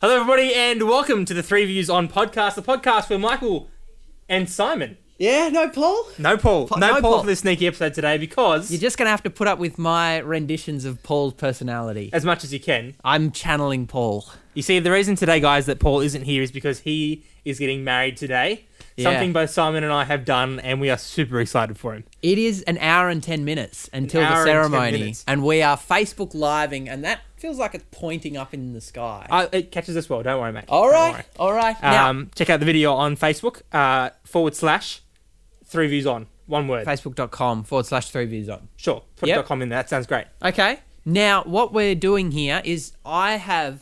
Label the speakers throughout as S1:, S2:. S1: Hello, everybody, and welcome to the Three Views on Podcast, the podcast where Michael and Simon.
S2: Yeah, no, Paul.
S1: No Paul.
S2: Pa-
S1: no,
S2: no
S1: Paul
S2: Paul.
S1: for this sneaky episode today because,
S2: You're just gonna have to put up with my renditions of Paul's personality.
S1: as much as you can,
S2: I'm channeling Paul.
S1: you see, the reason today, guys, that Paul isn't here is because he is getting married today.
S2: Yeah.
S1: Something both Simon and I have done, and we are super excited for him.
S2: It is an hour and ten minutes until
S1: hour
S2: the
S1: and 10
S2: ceremony,
S1: minutes.
S2: and we are Facebook living, and that feels like it's pointing up in the sky.
S1: Uh, it catches us well. Don't worry, mate.
S2: all
S1: Don't
S2: right,
S1: worry.
S2: all right. Now,
S1: Um, check out the video on Facebook uh, forward slash Three Views on. One word.
S2: facebook.com forward slash three views on.
S1: Sure. Put
S2: Yep.
S1: a .com in there. That sounds great.
S2: Okay. Now, what we're doing here is I have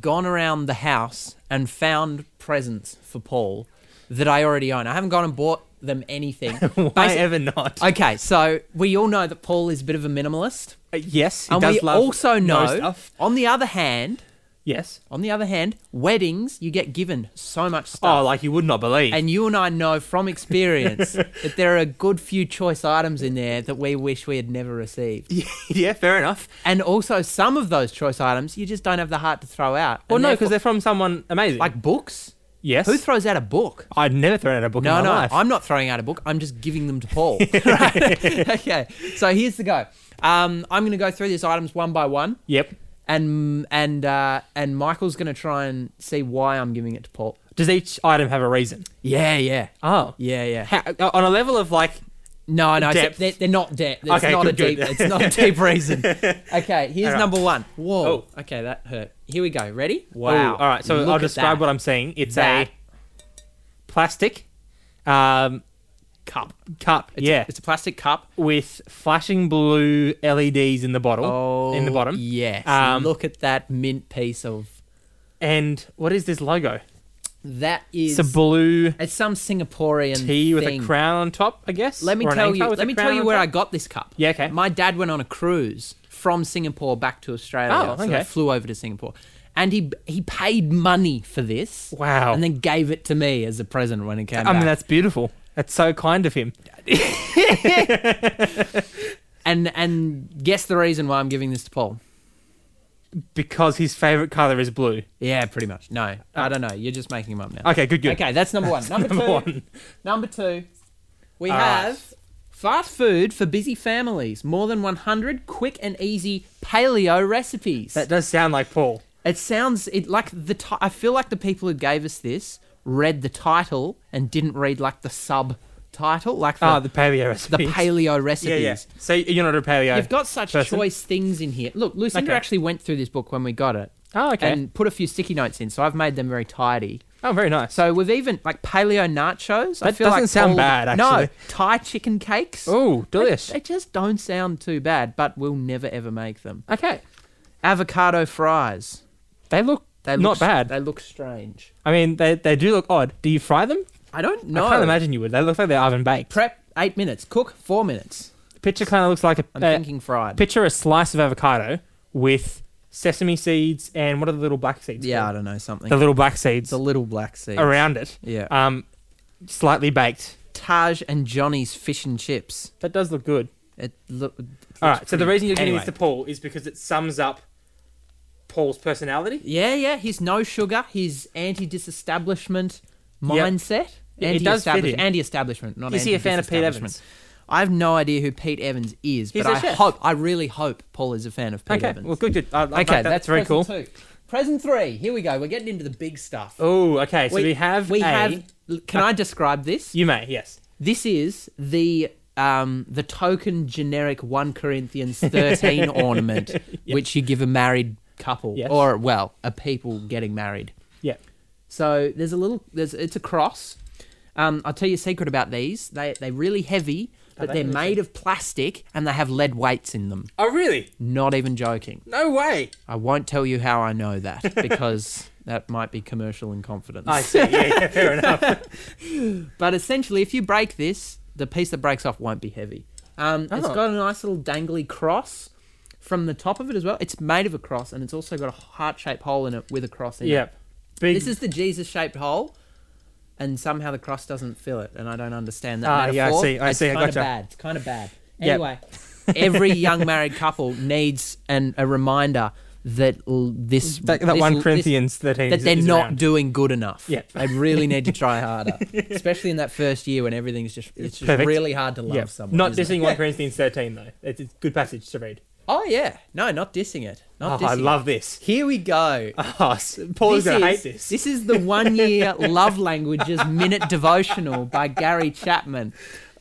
S2: gone around the house and found presents for Paul that I already own. I haven't gone and bought them anything.
S1: Why
S2: Basi-
S1: ever not?
S2: Okay, so we all know that Paul is a bit of a minimalist,
S1: Uh, yes, he
S2: and
S1: does
S2: we
S1: love
S2: also know.
S1: stuff.
S2: On the other hand,
S1: Yes.
S2: on the other hand, weddings you get given so much
S1: Oh,
S2: stuff,
S1: like you would not believe.
S2: and you and I know from experience that there are a good few choice items in there that we wish we had never received,
S1: yeah, fair enough.
S2: and also some of those choice items you just don't have the heart to throw out.
S1: Well,
S2: And
S1: no,
S2: therefore-
S1: because they're from someone amazing.
S2: like books.
S1: yes,
S2: Who throws out a book?
S1: I'd never thrown out a book
S2: No,
S1: in my
S2: no,
S1: life.
S2: I'm not throwing out a book. I'm just giving them to Paul. Right? okay, so here's the go. Um, I'm going to go through these items one by one,
S1: yep.
S2: and and uh, and Michael's going to try and see why I'm giving it to Paul.
S1: Does each item have a reason?
S2: Yeah, yeah,
S1: Oh,
S2: yeah, yeah.
S1: How, uh, on a level of like,
S2: No, no,
S1: Depth.
S2: it's, they're, they're not deep. It's
S1: Okay,
S2: not a
S1: good, good.
S2: deep. It's not a deep reason. Okay, here's
S1: Alright.
S2: number one. Whoa. Okay, that hurt. Here we go. Ready?
S1: Ooh, Oh. all right, so
S2: Look
S1: I'll
S2: at
S1: describe
S2: that.
S1: what I'm seeing. It's
S2: That.
S1: a plastic um, cup. Cup.
S2: It's
S1: yeah,
S2: A, it's a plastic cup.
S1: with flashing blue LEDs in the bottle.
S2: Oh,
S1: in the bottom.
S2: Yes.
S1: Um,
S2: Look at that mint piece of
S1: And what is this logo?
S2: That is
S1: It's a blue
S2: it's some Singaporean
S1: T with
S2: thing.
S1: a crown on top, I guess.
S2: Let me
S1: or an
S2: tell
S1: anchor
S2: you.
S1: with a
S2: Let me tell
S1: crown
S2: you
S1: on
S2: where
S1: top.
S2: I got this cup.
S1: Yeah, okay.
S2: My dad went on a cruise from Singapore back to Australia.
S1: Oh,
S2: So I
S1: okay.
S2: flew over to Singapore, and he he paid money for this.
S1: Wow.
S2: And then gave it to me as a present when it came.
S1: I mean,
S2: back.
S1: that's beautiful. That's so kind of him.
S2: and and guess the reason why I'm giving this to Paul.
S1: Because his favorite color is blue.
S2: Yeah, pretty much. No, I don't know. You're just making them up now.
S1: Okay, good, good.
S2: Okay, that's number one. Number,
S1: Number
S2: two.
S1: one.
S2: Number two. We
S1: All right.
S2: have fast food for busy families. More than 100 quick and easy paleo recipes.
S1: That does sound like Paul.
S2: it sounds it like the. Ti- I feel like the people who gave us this read the title and didn't read like the subtitle, like the,
S1: Ah, the paleo
S2: the
S1: recipe.
S2: paleo recipes.
S1: Yeah, yeah. So you're not a paleo.
S2: You've got such
S1: person.
S2: choice things in here. Look, Lucinda
S1: Okay.
S2: actually went through this book when we got it.
S1: Oh, okay.
S2: And put a few sticky notes in, so I've made them very tidy.
S1: oh, very nice.
S2: So we've even like paleo nachos. I
S1: That
S2: feel
S1: doesn't
S2: like
S1: sound
S2: all-
S1: bad,
S2: No,
S1: actually.
S2: Thai chicken cakes.
S1: oh, delish.
S2: They just don't sound too bad, but we'll never ever make them.
S1: Okay.
S2: Avocado fries.
S1: They look
S2: They look
S1: not
S2: s-
S1: bad.
S2: They look strange.
S1: I mean, they, they do look odd. Do you fry them?
S2: I don't know.
S1: I can't imagine you would. They look like they're oven baked.
S2: Prep eight minutes. Cook four minutes.
S1: Picture kind of looks like a.
S2: I'm
S1: uh,
S2: thinking fried.
S1: picture a slice of avocado with sesame seeds and what are the little black seeds?
S2: yeah, I
S1: called?
S2: don't know something.
S1: the little black seeds
S2: The little black sea.
S1: around it.
S2: Yeah.
S1: Um, slightly baked.
S2: Taj and Johnny's fish and chips.
S1: That does look good.
S2: It look. it
S1: All
S2: looks
S1: right. So the
S2: pretty-
S1: reason you're giving
S2: Anyway.
S1: this to Paul is because it sums up Paul's personality.
S2: Yeah, yeah. His no sugar, his anti disestablishment
S1: Yep.
S2: mindset.
S1: Yeah, it does fit
S2: Anti-establish-
S1: him.
S2: Anti-establishment, not
S1: Is he a fan of Pete
S2: anti-disestablishment.
S1: Evans?
S2: I have no idea who Pete Evans is,
S1: He's
S2: but
S1: a
S2: I
S1: chef.
S2: hope, I really hope Paul is a fan of Pete
S1: okay.
S2: Evans.
S1: Well, good. Good. I, I like
S2: okay,
S1: that.
S2: that's
S1: very cool.
S2: present Two. Present three. Here we go. We're getting into the big stuff.
S1: Oh, okay. So we, have
S2: we
S1: a-
S2: have. Can I describe this?
S1: You may. Yes.
S2: This is the um, the token generic one Corinthians thirteen ornament, which you give a married couple,
S1: Yes.
S2: or well, a people getting married.
S1: Yeah.
S2: So there's a little there's it's a cross. Um, I'll tell you a secret about these. They they're really heavy, but
S1: they
S2: they are
S1: really
S2: made of plastic and they have lead weights in them.
S1: Oh, really?
S2: Not even joking.
S1: No way.
S2: I won't tell you how I know that because that might be commercial in confidence.
S1: I see. Yeah. yeah fair enough.
S2: But essentially, if you break this, the piece that breaks off won't be heavy. Um, It's
S1: Oh.
S2: got a nice little dangly cross from the top of it as well. It's made of a cross, and it's also got a heart-shaped hole in it with a cross in
S1: Yep.
S2: it.
S1: Big.
S2: This is the Jesus-shaped hole, and somehow the cross doesn't fill it, and I don't understand that
S1: Ah, yeah, I
S2: metaphor.
S1: see, I
S2: it's
S1: see, I
S2: kind of
S1: gotcha.
S2: bad. It's kind of bad.
S1: Yep.
S2: Anyway, every young married couple needs an, a reminder that l- this
S1: That, that
S2: this-
S1: one
S2: this-
S1: Corinthians 13
S2: that
S1: is-
S2: they're
S1: is
S2: not
S1: around.
S2: doing good enough.
S1: Yeah.
S2: they really need to try harder, especially in that first year when everything's just it's just
S1: Perfect.
S2: really hard to love
S1: Yeah.
S2: someone.
S1: Not
S2: isn't it?
S1: dissing 1 Corinthians 13, though. It's a good passage to read.
S2: Oh yeah, no, not dissing it.
S1: Oh,
S2: Not
S1: I
S2: dissing it.
S1: love this.
S2: Here we go.
S1: Oh, s- Paul is going to hate this.
S2: This is the one year Love Languages Minute Devotional by Gary Chapman.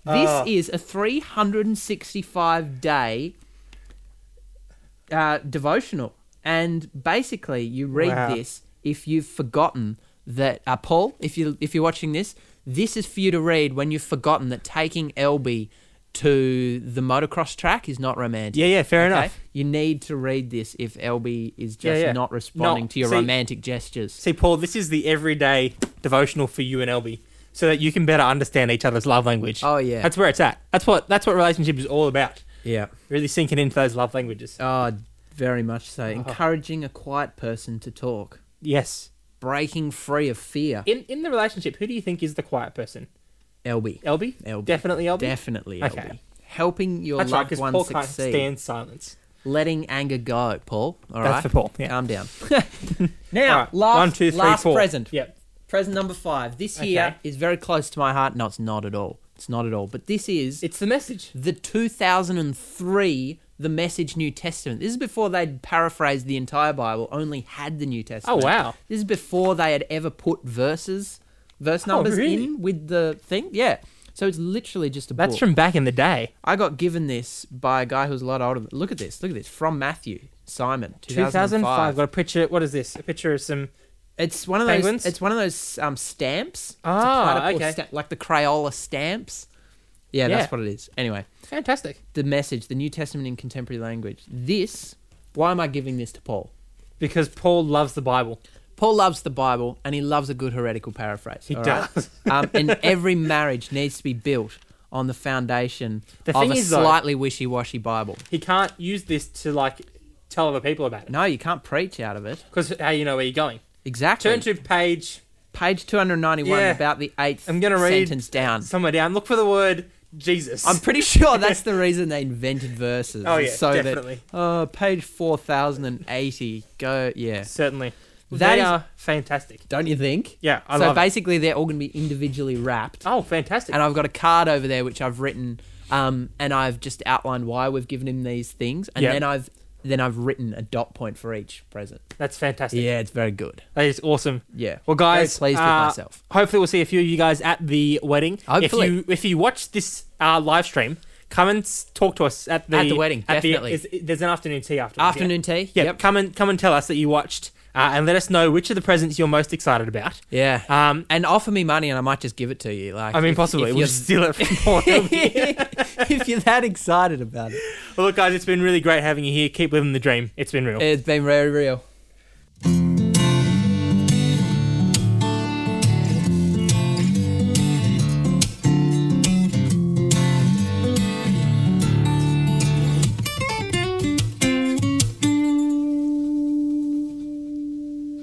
S2: This
S1: Oh.
S2: is a 365 day uh, devotional. And basically, you read
S1: Wow.
S2: this if you've forgotten that, uh, Paul, if, you, if you're watching this, this is for you to read when you've forgotten that taking Elby to the motocross track is not romantic.
S1: Yeah, yeah, fair
S2: Okay?
S1: enough.
S2: You need to read this if Elby is
S1: Yeah,
S2: just
S1: yeah.
S2: not responding
S1: No,
S2: to your
S1: see-
S2: romantic gestures.
S1: See, Paul, this is the everyday devotional for you and Elby, so that you can better understand each other's love language.
S2: Oh yeah.
S1: That's where it's at. That's what that's what relationship is all about.
S2: yeah.
S1: Really sinking into those love languages.
S2: Oh, very much so.
S1: Uh-huh.
S2: Encouraging a quiet person to talk.
S1: Yes.
S2: Breaking free of fear.
S1: In in the relationship, who do you think is the quiet person?
S2: Elby.
S1: Elby.
S2: Elby.
S1: Definitely Elby.
S2: Definitely
S1: Okay.
S2: Elby. Helping your
S1: That's right,
S2: loved
S1: because
S2: one
S1: Paul can't
S2: succeed.
S1: stand silence.
S2: Letting anger go, Paul. All
S1: That's
S2: right.
S1: for Paul. Yeah.
S2: Calm down. now,
S1: All right,
S2: last,
S1: one, two, three,
S2: last
S1: four.
S2: present.
S1: Yep.
S2: Present number five. This
S1: Okay.
S2: here is very close to my heart. No, it's not at all. It's not at all. But this is
S1: It's the message.
S2: the 2003 The Message New Testament. This is before they'd paraphrased the entire Bible, only had the New Testament.
S1: Oh, wow.
S2: This is before they had ever put verses, verse
S1: Oh,
S2: numbers
S1: really?
S2: in with the thing. Yeah. So it's literally just a
S1: That's
S2: book.
S1: from back in the day.
S2: I got given this by a guy who's a lot older. than- Look at this. Look at this. From Matthew Simon, 2005.
S1: 2005. Got a picture. What is this? A picture of some.
S2: It's one of those.
S1: Penguins?
S2: It's one of those um, stamps. It's a
S1: Ah,
S2: platypus
S1: okay.
S2: stamp- like the Crayola stamps. Yeah,
S1: Yeah.
S2: that's what it is. Anyway,
S1: Fantastic.
S2: the message, the New Testament in contemporary language. This, why am I giving this to Paul?
S1: Because Paul loves the Bible.
S2: Paul loves the Bible and he loves a good heretical paraphrase.
S1: He
S2: all right?
S1: does.
S2: um, and every marriage needs to be built on the foundation
S1: The
S2: of
S1: thing
S2: a
S1: is, though-
S2: slightly wishy-washy Bible.
S1: He can't use this to like tell other people about it.
S2: No, you can't preach out of it.
S1: Because how you know where you're going?
S2: Exactly.
S1: Turn to page
S2: page 291,
S1: Yeah.
S2: about the 8th
S1: I'm gonna read
S2: sentence down.
S1: somewhere down. Look for the word Jesus.
S2: I'm pretty sure that's the reason they invented verses.
S1: Oh,
S2: is
S1: yeah,
S2: so
S1: definitely.
S2: That, uh, page 4080. Go, yeah.
S1: certainly.
S2: That
S1: they
S2: is-
S1: are fantastic.
S2: Don't you think?
S1: Yeah, I
S2: so
S1: love. it.
S2: basically, they're all going to be individually wrapped,
S1: Oh, fantastic!
S2: and I've got a card over there which I've written, um, and I've just outlined why we've given him these things, and
S1: Yeah.
S2: then I've then I've written a dot point for each present.
S1: That's fantastic.
S2: Yeah, it's very good.
S1: That is awesome.
S2: Yeah.
S1: Well, guys,
S2: very pleased
S1: uh,
S2: with myself.
S1: Hopefully, we'll see a few of you guys at the wedding.
S2: Hopefully.
S1: if you if you watch this uh, live stream, come and s- talk to us at the
S2: At the wedding, definitely.
S1: is- there's an afternoon tea afterwards. yeah.
S2: Afternoon tea.
S1: Yeah, come and come and tell us that you watched, uh, and let us know which of the presents you're most excited about.
S2: Yeah.
S1: Um,
S2: and offer me money, and I might just give it to you. Like,
S1: I mean,
S2: if-
S1: possibly
S2: if
S1: we'll
S2: you're-
S1: just steal it from Paul.
S2: if you're that excited about it,
S1: well, look, guys, it's been really great having you here. Keep living the dream. It's been real.
S2: it's been very real.